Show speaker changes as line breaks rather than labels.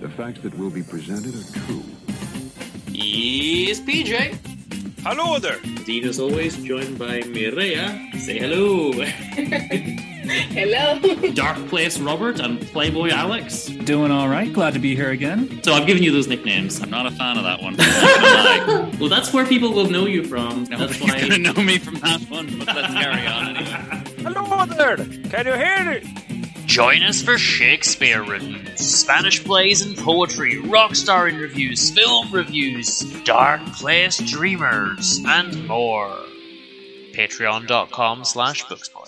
The facts that will be presented are true.
It's PJ.
Hello there.
Dean is always joined by Mireya. Say hello.
Hello.
Dark Place Robert and Playboy Alex.
Doing all right. Glad to be here again.
So I've given you those nicknames.
I'm not a fan of that one. That's
Well, that's where people will know you from. That's
Nobody's going to
why.
know me from that one, but let's carry on anyway.
Hello there. Can you hear it?
Join us for Shakespeare written, Spanish plays and poetry, rockstar interviews, film reviews, dark place dreamers, and more. Patreon.com slash bookspot.